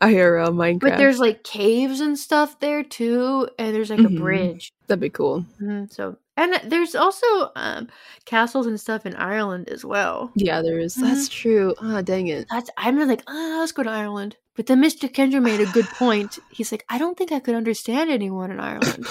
[SPEAKER 1] IRL Minecraft.
[SPEAKER 2] But there's like caves and stuff there too, and there's like a
[SPEAKER 1] Mhm.
[SPEAKER 2] bridge.
[SPEAKER 1] That'd be cool.
[SPEAKER 2] Mhm, So and there's also um, castles and stuff in Ireland as well.
[SPEAKER 1] Yeah, there is.
[SPEAKER 2] Mhm.
[SPEAKER 1] That's true. Ah, dang
[SPEAKER 2] [LAUGHS]
[SPEAKER 1] it.
[SPEAKER 2] That's I'm not like ah, let's go to Ireland. But then Mr. Kendra made a good point. He's like, I don't think I could understand anyone in Ireland.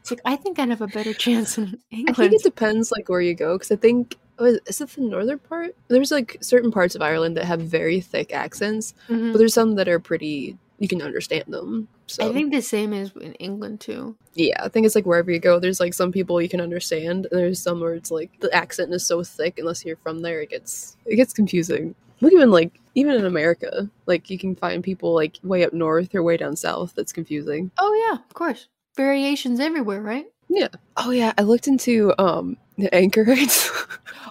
[SPEAKER 2] It's like I think I'd have a better chance in [LAUGHS]
[SPEAKER 1] I think
[SPEAKER 2] England.
[SPEAKER 1] it depends, like where you go, because I think oh, is is it the northern part? There's like certain parts of Ireland that have very thick accents,
[SPEAKER 2] Mhm.
[SPEAKER 1] but there's some that are pretty. You can understand them. So
[SPEAKER 2] I think the same is in England too.
[SPEAKER 1] yeah, I think it's like wherever you go, there's like some people you can understand, and there's some where it's like the accent is so thick. Unless you're from there, it gets it gets confusing. Look even like even in America, like you can find people like way up north or way down south. That's confusing.
[SPEAKER 2] Oh yeah, of course. Variations everywhere, right?
[SPEAKER 1] Oh yeah, I looked into um the anchorites.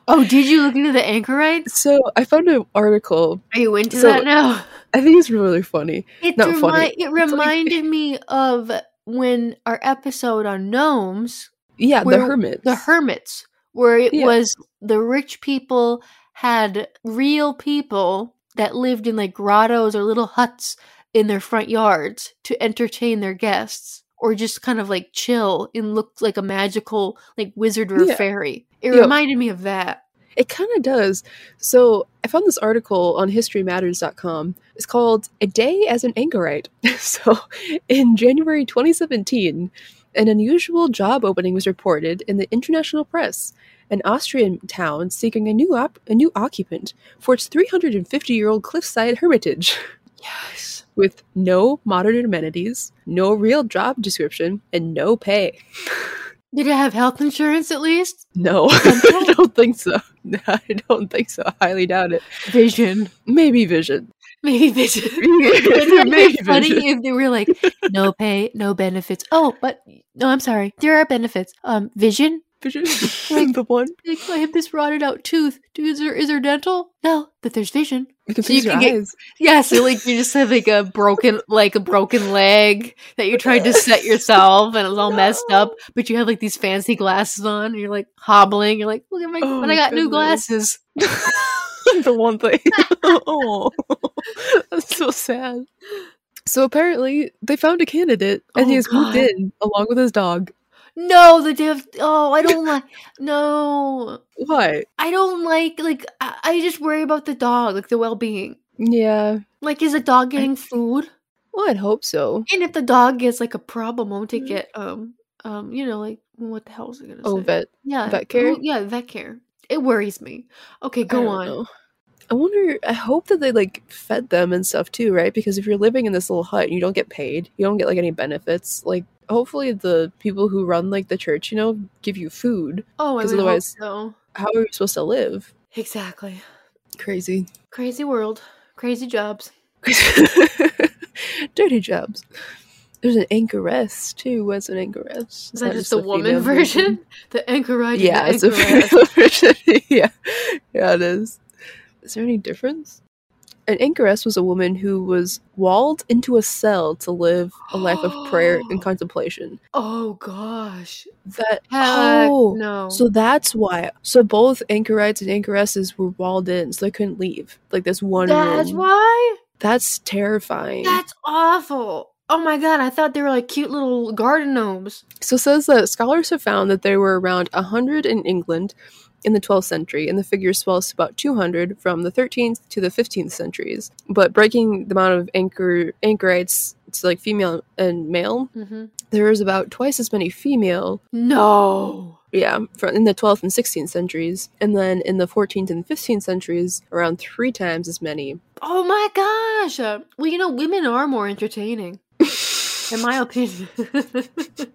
[SPEAKER 2] Oh, did you look into the anchorites?
[SPEAKER 1] [LAUGHS] so I found an article
[SPEAKER 2] Are you into
[SPEAKER 1] So-
[SPEAKER 2] that now?
[SPEAKER 1] I think it's really funny.
[SPEAKER 2] It,
[SPEAKER 1] Not
[SPEAKER 2] remi-
[SPEAKER 1] funny.
[SPEAKER 2] it reminded me of when our episode on gnomes,
[SPEAKER 1] Yeah,
[SPEAKER 2] Where-
[SPEAKER 1] the hermits.
[SPEAKER 2] the hermits, where it
[SPEAKER 1] Yeah.
[SPEAKER 2] was the rich people had real people that lived in like grottos or little huts in their front yards to entertain their guests or just kind of like chill and look like a magical like wizard or
[SPEAKER 1] Yeah.
[SPEAKER 2] a fairy. It
[SPEAKER 1] Yeah.
[SPEAKER 2] reminded me of that.
[SPEAKER 1] It kind of does. So I found this article on HistoryMatters.com. It's called "A Day as an Anchorite." [LAUGHS] so, in January 2017, an unusual job opening was reported in the international press. An Austrian town seeking a new op- a new occupant for its 350-year-old cliffside hermitage.
[SPEAKER 2] Yes.
[SPEAKER 1] with no modern amenities, no real job description, and no pay.
[SPEAKER 2] Did it have health insurance at least?
[SPEAKER 1] No, [LAUGHS] I don't think so. [LAUGHS] No, I don't think so. I highly doubt it.
[SPEAKER 2] Vision.
[SPEAKER 1] Maybe vision.
[SPEAKER 2] [LAUGHS]
[SPEAKER 1] [LAUGHS]
[SPEAKER 2] Maybe vision. It'd
[SPEAKER 1] Maybe
[SPEAKER 2] be funny
[SPEAKER 1] vision.
[SPEAKER 2] if they were like, no pay, no benefits. Oh, but no, I'm sorry. There are benefits. Um, vision.
[SPEAKER 1] [LAUGHS] Vision.
[SPEAKER 2] Like-
[SPEAKER 1] the one.
[SPEAKER 2] Like, I have this rotted out tooth. Do- Is there is there dental? No, but there's vision.
[SPEAKER 1] You can
[SPEAKER 2] So you
[SPEAKER 1] fix your
[SPEAKER 2] can
[SPEAKER 1] [LAUGHS]
[SPEAKER 2] get-
[SPEAKER 1] eyes.
[SPEAKER 2] Yeah, so like you just have like a broken like a broken leg that you tried to set yourself, and it's all messed up. But you have like these fancy glasses on, and you're like hobbling. You're like, look at my,
[SPEAKER 1] Oh
[SPEAKER 2] but
[SPEAKER 1] my
[SPEAKER 2] I got new
[SPEAKER 1] goodness.
[SPEAKER 2] glasses.
[SPEAKER 1] the one thing. [LAUGHS] oh, [LAUGHS] that's so sad. So apparently, they found a candidate, and he
[SPEAKER 2] Oh,
[SPEAKER 1] has moved
[SPEAKER 2] God.
[SPEAKER 1] in along with his dog.
[SPEAKER 2] No, the dev. Oh, I don't like. No,
[SPEAKER 1] Why?
[SPEAKER 2] I don't like like I, I just worry about the dog, like the well being.
[SPEAKER 1] Yeah.
[SPEAKER 2] Like is the dog getting food?
[SPEAKER 1] Well, I'd hope so.
[SPEAKER 2] And if the dog gets like a problem, won't it
[SPEAKER 1] Mhm.
[SPEAKER 2] get um um you know like what the hell is it gonna
[SPEAKER 1] Oh,
[SPEAKER 2] say?
[SPEAKER 1] vet.
[SPEAKER 2] yeah,
[SPEAKER 1] vet care?
[SPEAKER 2] who- yeah, vet care. It worries me. Okay,
[SPEAKER 1] I
[SPEAKER 2] go
[SPEAKER 1] don't
[SPEAKER 2] on.
[SPEAKER 1] know. I wonder. I hope that they like fed them and stuff too, right? Because if you're living in this little hut and you don't get paid, you don't get like any benefits. Like, hopefully, the people who run like the church, you know, give you food.
[SPEAKER 2] Oh, I
[SPEAKER 1] 'Cause
[SPEAKER 2] would hope
[SPEAKER 1] otherwise-
[SPEAKER 2] so.
[SPEAKER 1] How are you supposed to live?
[SPEAKER 2] Exactly.
[SPEAKER 1] Crazy,
[SPEAKER 2] Crazy world, crazy jobs.
[SPEAKER 1] [LAUGHS] dirty jobs. There's an anchoress too. As an anchoress,
[SPEAKER 2] Is that just the woman
[SPEAKER 1] female
[SPEAKER 2] [LAUGHS] version? The anchorite. and
[SPEAKER 1] Yeah,
[SPEAKER 2] the
[SPEAKER 1] it's a
[SPEAKER 2] [LAUGHS] anchoress.
[SPEAKER 1] female version. yeah, yeah, it is. Is there any difference? an anchoress was a woman who was walled into a cell to live a life of
[SPEAKER 2] [GASPS]
[SPEAKER 1] prayer and contemplation. [LAUGHS]
[SPEAKER 2] Oh gosh.
[SPEAKER 1] That
[SPEAKER 2] Heck
[SPEAKER 1] oh
[SPEAKER 2] no.
[SPEAKER 1] So that's why. So both anchorites and anchoresses were walled in, so they couldn't leave. Like this one
[SPEAKER 2] that's
[SPEAKER 1] room.
[SPEAKER 2] why?
[SPEAKER 1] That's terrifying.
[SPEAKER 2] That's awful. Oh my god, I thought they were like cute little garden gnomes.
[SPEAKER 1] So it says that scholars have found that there were around 100 in England in the 12th century, and the figure swells to about 200 from the 13th to the 15th centuries. But breaking the amount of anchor anchorites to like female and male,
[SPEAKER 2] Mm-hmm.
[SPEAKER 1] there is about twice as many female.
[SPEAKER 2] No.
[SPEAKER 1] Yeah, fr- in the 12th and 16th centuries, and then in the 14th and 15th centuries, around three times as
[SPEAKER 2] [LAUGHS]
[SPEAKER 1] many.
[SPEAKER 2] Oh my gosh. Uh, Well, you know, women are more entertaining, in my opinion. [LAUGHS]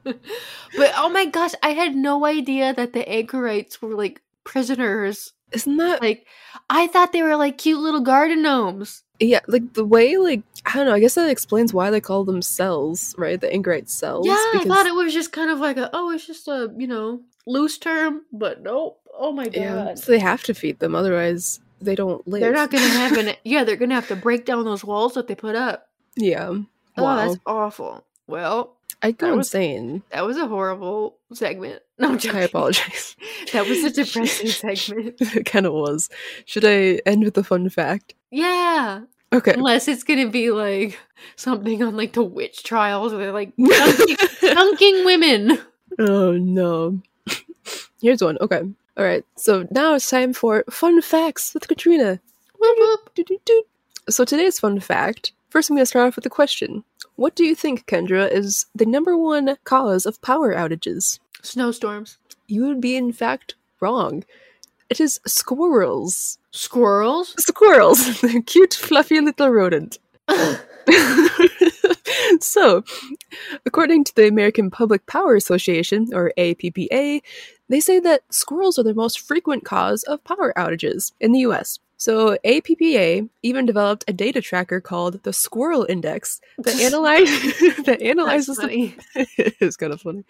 [SPEAKER 2] but oh my gosh, I had no idea that the anchorites were like prisoners.
[SPEAKER 1] Isn't that
[SPEAKER 2] Like, I thought they were like cute little garden gnomes.
[SPEAKER 1] yeah? Like the way like I don't know. I guess that explains why they call them cells, right? The anchorite cells.
[SPEAKER 2] Yeah, I thought it was just kind of like a, oh, it's just a, you know, loose term, but nope. Oh my god.
[SPEAKER 1] Yeah, so they have to feed them, otherwise they don't live.
[SPEAKER 2] They're not going to have an. Yeah, they're going to have to break down those walls that they put up.
[SPEAKER 1] [LAUGHS] yeah.
[SPEAKER 2] Oh,
[SPEAKER 1] Wow.
[SPEAKER 2] that's awful. Well,
[SPEAKER 1] I'd go
[SPEAKER 2] that was-
[SPEAKER 1] insane.
[SPEAKER 2] that was a horrible segment. [LAUGHS] No, [LAUGHS] I'm joking.
[SPEAKER 1] I apologize. [LAUGHS]
[SPEAKER 2] That was a depressing segment.
[SPEAKER 1] it kind of was. Should I end with a fun fact?
[SPEAKER 2] Yeah.
[SPEAKER 1] Okay.
[SPEAKER 2] Unless it's going to be like something on like the witch trials where they're
[SPEAKER 1] [LAUGHS]
[SPEAKER 2] like dunking, dunking women.
[SPEAKER 1] oh no. [LAUGHS] Here's one. Okay. All right. So now it's time for fun facts with Katrina.
[SPEAKER 2] Whoop, whoop.
[SPEAKER 1] Do-do-do. So today's fun fact. First, I'm going to start off with a question. What do you think, Kendra, is the number one cause of power outages?
[SPEAKER 2] Snowstorms.
[SPEAKER 1] You would be, in fact, wrong. It is squirrels.
[SPEAKER 2] [LAUGHS] Squirrels.
[SPEAKER 1] [LAUGHS] squirrels, the cute, fluffy little
[SPEAKER 2] [LAUGHS]
[SPEAKER 1] rodent. [LAUGHS] so, according to the American Public Power Association, or APPA, they say that squirrels are the most frequent cause of power outages in the US. So, APPA even developed a data tracker called the Squirrel Index
[SPEAKER 2] [LAUGHS]
[SPEAKER 1] that, analyze- [LAUGHS] that
[SPEAKER 2] That's
[SPEAKER 1] analyzes the
[SPEAKER 2] funny.
[SPEAKER 1] [LAUGHS] it's kind of funny.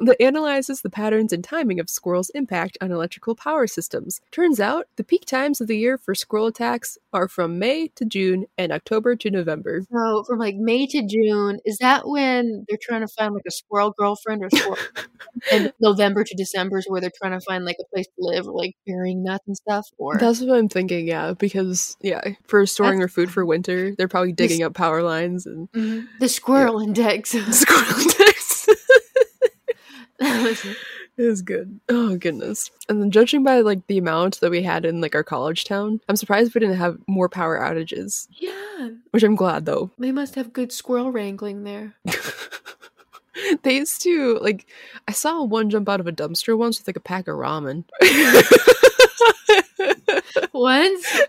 [SPEAKER 1] That analyzes the patterns and timing of squirrels' impact on electrical power systems. Turns out the peak times of the year for squirrel attacks are from May to June and October to November.
[SPEAKER 2] So from like May to June, is that when they're trying to find like a squirrel girlfriend or [LAUGHS] squirrel? and November to December is where they're trying to find like a place to live, or, like burying nuts and stuff. Or
[SPEAKER 1] That's what I'm thinking, yeah, because yeah, for storing their food for winter, they're probably digging up power lines and [LAUGHS]
[SPEAKER 2] Mhm. the squirrel index. [LAUGHS]
[SPEAKER 1] squirrel attacks. [LAUGHS]
[SPEAKER 2] That's
[SPEAKER 1] It was good. Oh goodness. And then judging by like the amount that we had in like our college town, I'm surprised we didn't have more power outages.
[SPEAKER 2] yeah,
[SPEAKER 1] Which I'm glad though.
[SPEAKER 2] they must have good squirrel wrangling [LAUGHS] there.
[SPEAKER 1] [LAUGHS] they used to like I saw one jump out of a dumpster once with like a pack of ramen. [LAUGHS]
[SPEAKER 2] Once,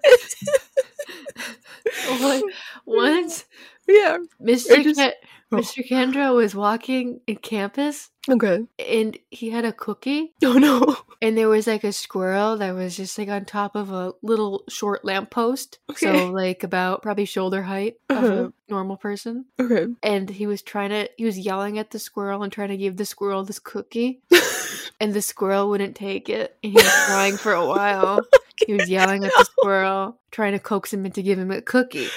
[SPEAKER 2] [LAUGHS] one- once,
[SPEAKER 1] yeah.
[SPEAKER 2] Mr.
[SPEAKER 1] just-
[SPEAKER 2] Ke-
[SPEAKER 1] Oh.
[SPEAKER 2] Mr. Kendra was walking in campus,
[SPEAKER 1] Okay. [LAUGHS]
[SPEAKER 2] and he had a cookie.
[SPEAKER 1] Oh no.
[SPEAKER 2] and there was like a squirrel that was just like on top of a little short lamppost.
[SPEAKER 1] Okay.
[SPEAKER 2] So like about probably shoulder height of
[SPEAKER 1] Uh-huh.
[SPEAKER 2] a normal person.
[SPEAKER 1] Okay.
[SPEAKER 2] And he was trying to he was yelling at the squirrel and trying to give the squirrel this
[SPEAKER 1] [LAUGHS]
[SPEAKER 2] cookie. And the squirrel wouldn't take it. And he was crying for
[SPEAKER 1] [LAUGHS]
[SPEAKER 2] a while. He was yelling at the squirrel, trying to coax him into giving him a cookie.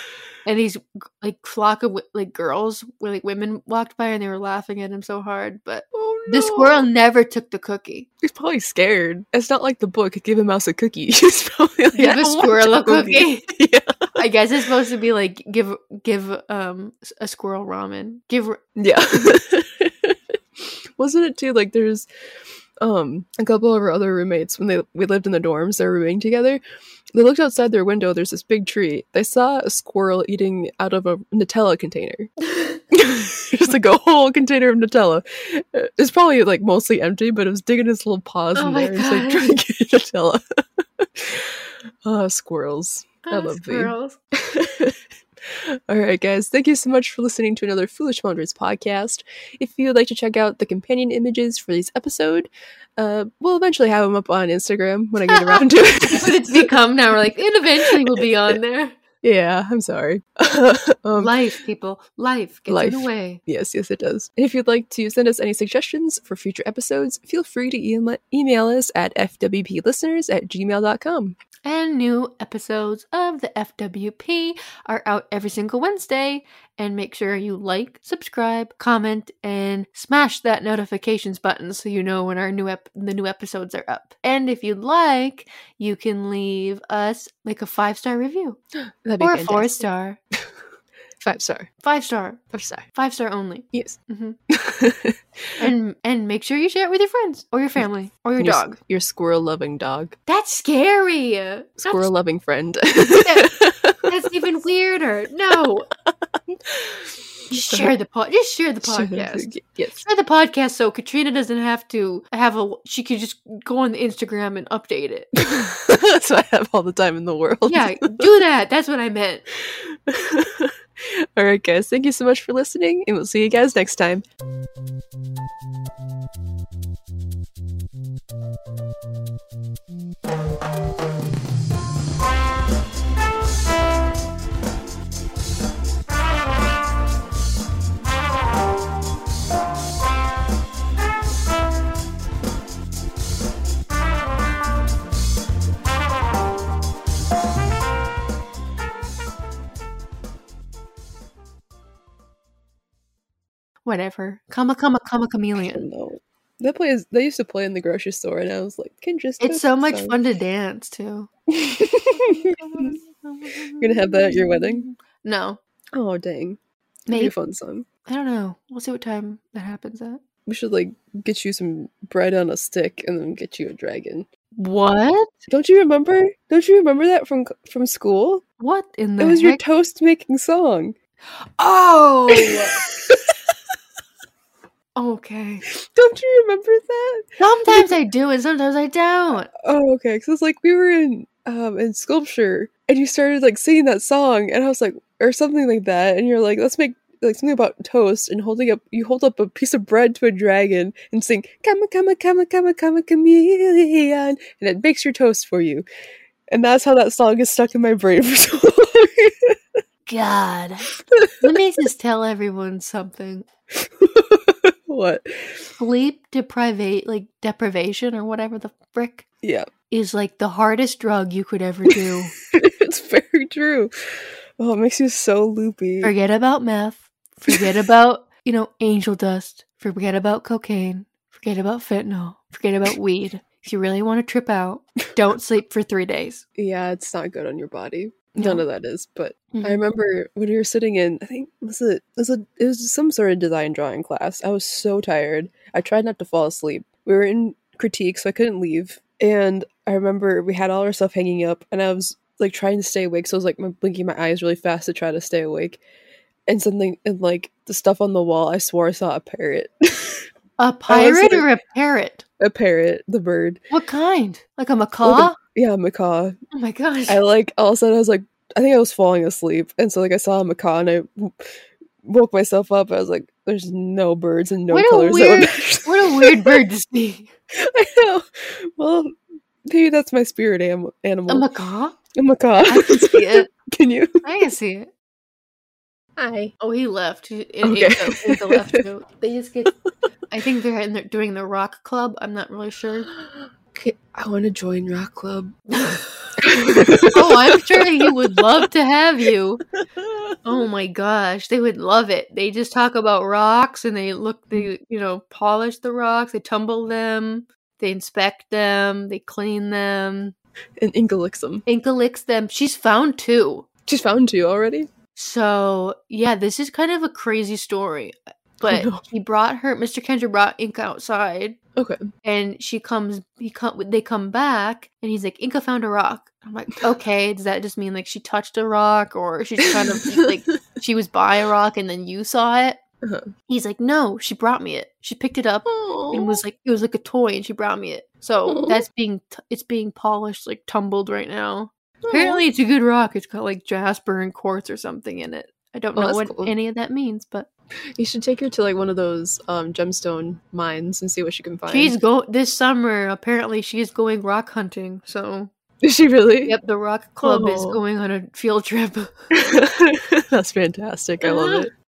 [SPEAKER 2] And these like flock of like girls, like women walked by and they were laughing at him so hard. But
[SPEAKER 1] Oh no.
[SPEAKER 2] the squirrel never took the cookie.
[SPEAKER 1] He's probably scared. It's not like the book, give a mouse a cookie. [LAUGHS] He's probably like,
[SPEAKER 2] Give
[SPEAKER 1] "I
[SPEAKER 2] a
[SPEAKER 1] don't want
[SPEAKER 2] squirrel a
[SPEAKER 1] [LAUGHS] yeah.
[SPEAKER 2] [LAUGHS] I guess it's supposed to be like give give um s- a squirrel ramen.
[SPEAKER 1] [LAUGHS]
[SPEAKER 2] Give r-
[SPEAKER 1] Yeah. Wasn't it too like there's um a couple of our other roommates when they we lived in the dorms, they were rooming together. They looked outside their window, there's this big tree. They saw a squirrel eating out of a Nutella container. [LAUGHS] Just like a whole container of Nutella. Uh, It's probably like mostly empty, but it was digging its little paws
[SPEAKER 2] Oh
[SPEAKER 1] in
[SPEAKER 2] my
[SPEAKER 1] there. It's like
[SPEAKER 2] gosh.
[SPEAKER 1] trying to get [LAUGHS] Nutella. Ah, squirrels. I
[SPEAKER 2] Ah,
[SPEAKER 1] love thee.
[SPEAKER 2] [LAUGHS] squirrels.
[SPEAKER 1] [LAUGHS] All right, guys, thank you so much for listening to another Foolish Wanderers podcast. If you would like to check out the companion images for this episode, uh, we'll eventually have them up on Instagram when I get around to
[SPEAKER 2] That's what
[SPEAKER 1] it. [LAUGHS]
[SPEAKER 2] it's [LAUGHS] become now. We're like, and eventually we'll be on there.
[SPEAKER 1] yeah, I'm sorry. [LAUGHS] um,
[SPEAKER 2] Life, people, life gets
[SPEAKER 1] Life.
[SPEAKER 2] in the way.
[SPEAKER 1] Yes, yes, it does. And if you'd like to send us any suggestions for future episodes, feel free to email, email us at fwplisteners at gmail.com.
[SPEAKER 2] And new episodes of the FWP are out every single Wednesday. And make sure you like, subscribe, comment, and smash that notifications button so you know when our new ep- the new episodes are up. And if you'd like, you can leave us like a five star review
[SPEAKER 1] That'd
[SPEAKER 2] or a four
[SPEAKER 1] fantastic.
[SPEAKER 2] star,
[SPEAKER 1] Five star.
[SPEAKER 2] five star,
[SPEAKER 1] Five star.
[SPEAKER 2] five star only.
[SPEAKER 1] Yes. [LAUGHS]
[SPEAKER 2] hmm And and make sure you share it with your friends or your family or your
[SPEAKER 1] Yes.
[SPEAKER 2] dog.
[SPEAKER 1] Your squirrel loving dog.
[SPEAKER 2] That's scary. That's-
[SPEAKER 1] Squirrel loving
[SPEAKER 2] [LAUGHS]
[SPEAKER 1] friend.
[SPEAKER 2] That's, even weirder.
[SPEAKER 1] [LAUGHS]
[SPEAKER 2] No. Just share the pod. Just share the
[SPEAKER 1] Sure.
[SPEAKER 2] podcast.
[SPEAKER 1] Yes. [LAUGHS]
[SPEAKER 2] Share the podcast so Katrina doesn't have to have a. She could just go on the Instagram and update it.
[SPEAKER 1] That's what I have all the time in the world. [LAUGHS]
[SPEAKER 2] Yeah, do that. That's what I meant.
[SPEAKER 1] all right, guys. Thank you so much for listening, and we'll see you guys next time.
[SPEAKER 2] Whatever. Comma, comma, comma, chameleon.
[SPEAKER 1] No. That play is they used to play in the grocery store, and I was like, can just
[SPEAKER 2] It's so much fun to dance to.
[SPEAKER 1] fun. gonna have that at your wedding?
[SPEAKER 2] No,
[SPEAKER 1] [LAUGHS] oh dang, That'd be a
[SPEAKER 2] maybe.
[SPEAKER 1] fun song.
[SPEAKER 2] I don't know. We'll see what time that happens at.
[SPEAKER 1] We should like get you some bread on a stick, and then get you a dragon.
[SPEAKER 2] What?
[SPEAKER 1] Don't you remember? Don't you remember that from from school?
[SPEAKER 2] What in the
[SPEAKER 1] it was your
[SPEAKER 2] heck?
[SPEAKER 1] toast making song.
[SPEAKER 2] oh. [LAUGHS] okay.
[SPEAKER 1] Don't you remember that?
[SPEAKER 2] Sometimes I do, and sometimes I don't.
[SPEAKER 1] Oh, okay. Because it's like we were in um in sculpture, and you started like singing that song, and I was like, or something like that, and you're like, let's make like something about toast and holding up. You hold up a piece of bread to a dragon and sing "Kama Kama Kama Kama Kama Chameleon," and it bakes your toast for you. And that's how that song is stuck in my brain for [LAUGHS] so long.
[SPEAKER 2] God. [LAUGHS] Let me just tell everyone something.
[SPEAKER 1] what?
[SPEAKER 2] Sleep deprivate, like deprivation or whatever the frick,
[SPEAKER 1] Yeah, [LAUGHS]
[SPEAKER 2] is like the hardest drug you could ever [LAUGHS] do.
[SPEAKER 1] it's very true. Oh, it makes you so loopy.
[SPEAKER 2] forget about meth. Forget about, you know, angel dust. Forget about cocaine. Forget about fentanyl. Forget about weed. If you really want to trip out, don't sleep for three days.
[SPEAKER 1] Yeah, it's not good on your body.
[SPEAKER 2] No.
[SPEAKER 1] None of that is, but
[SPEAKER 2] Mhm.
[SPEAKER 1] I remember when we were sitting in, I think was it was it, it was some sort of design drawing class. I was so tired. I tried not to fall asleep. We were in critique, so I couldn't leave. And I remember we had all our stuff hanging up, and I was like trying to stay awake. So I was like my, blinking my eyes really fast to try to stay awake. And something and like the stuff on the wall, I swore I saw a parrot. [LAUGHS]
[SPEAKER 2] A
[SPEAKER 1] like-
[SPEAKER 2] pirate or a parrot?
[SPEAKER 1] a parrot, the bird.
[SPEAKER 2] What kind? Like a macaw?
[SPEAKER 1] Yeah, macaw.
[SPEAKER 2] Oh my gosh.
[SPEAKER 1] I like all of a sudden I was like I think I was falling asleep and so like I saw a macaw and I w- woke myself up. I was like, there's no birds and no
[SPEAKER 2] What a
[SPEAKER 1] colors. that would
[SPEAKER 2] weird-
[SPEAKER 1] match." [LAUGHS]
[SPEAKER 2] What a weird bird to [LAUGHS] see.
[SPEAKER 1] I know. Well, maybe that's my spirit am-
[SPEAKER 2] A
[SPEAKER 1] animal.
[SPEAKER 2] macaw?
[SPEAKER 1] a macaw.
[SPEAKER 2] I can see it.
[SPEAKER 1] [LAUGHS] Can you?
[SPEAKER 2] I can see it.
[SPEAKER 1] Hi.
[SPEAKER 2] Oh, he left. He, it,
[SPEAKER 1] Okay.
[SPEAKER 2] it, it, it left too. They just get. I think they're in the, doing the rock club. I'm not
[SPEAKER 1] [LAUGHS]
[SPEAKER 2] really sure.
[SPEAKER 1] I want to join rock [LAUGHS] club.
[SPEAKER 2] Oh, I'm sure he would love to have you. Oh my gosh, they would love it. They just talk about rocks and they look. They you know polish the rocks. They tumble them. They inspect them. They clean them.
[SPEAKER 1] And Inga licks them.
[SPEAKER 2] Inca licks them. She's found two.
[SPEAKER 1] She's found two already.
[SPEAKER 2] So yeah, this is kind of a crazy story. uh,
[SPEAKER 1] [LAUGHS]
[SPEAKER 2] But
[SPEAKER 1] no.
[SPEAKER 2] he brought her. Mr. Kendra brought Inca outside.
[SPEAKER 1] Okay.
[SPEAKER 2] And she comes. He come. They come back, and he's like, "Inca found a rock." I'm like, "Okay, does that just mean like she touched a rock, or she's kind
[SPEAKER 1] [LAUGHS]
[SPEAKER 2] of like she was by a rock and then you saw it?"
[SPEAKER 1] Uh-huh.
[SPEAKER 2] He's like, "No, she brought me it. She picked it up and was like, it was like a toy, and she brought me it. So
[SPEAKER 1] Aw.
[SPEAKER 2] that's being t- it's being polished, like tumbled right now." Apparently, it's a good rock. It's got like jasper and quartz or something in it. I don't
[SPEAKER 1] Oh,
[SPEAKER 2] know
[SPEAKER 1] that's
[SPEAKER 2] what
[SPEAKER 1] cool.
[SPEAKER 2] any of that means, but
[SPEAKER 1] you should take her to like one of those um, gemstone mines and see what she can find.
[SPEAKER 2] she's go this summer. Apparently, she's going rock hunting. So,
[SPEAKER 1] [LAUGHS] Is she really?
[SPEAKER 2] yep, the rock club is
[SPEAKER 1] Oh.
[SPEAKER 2] going on a field trip.
[SPEAKER 1] [LAUGHS] That's fantastic. I love
[SPEAKER 2] [LAUGHS] Uh-huh.
[SPEAKER 1] it.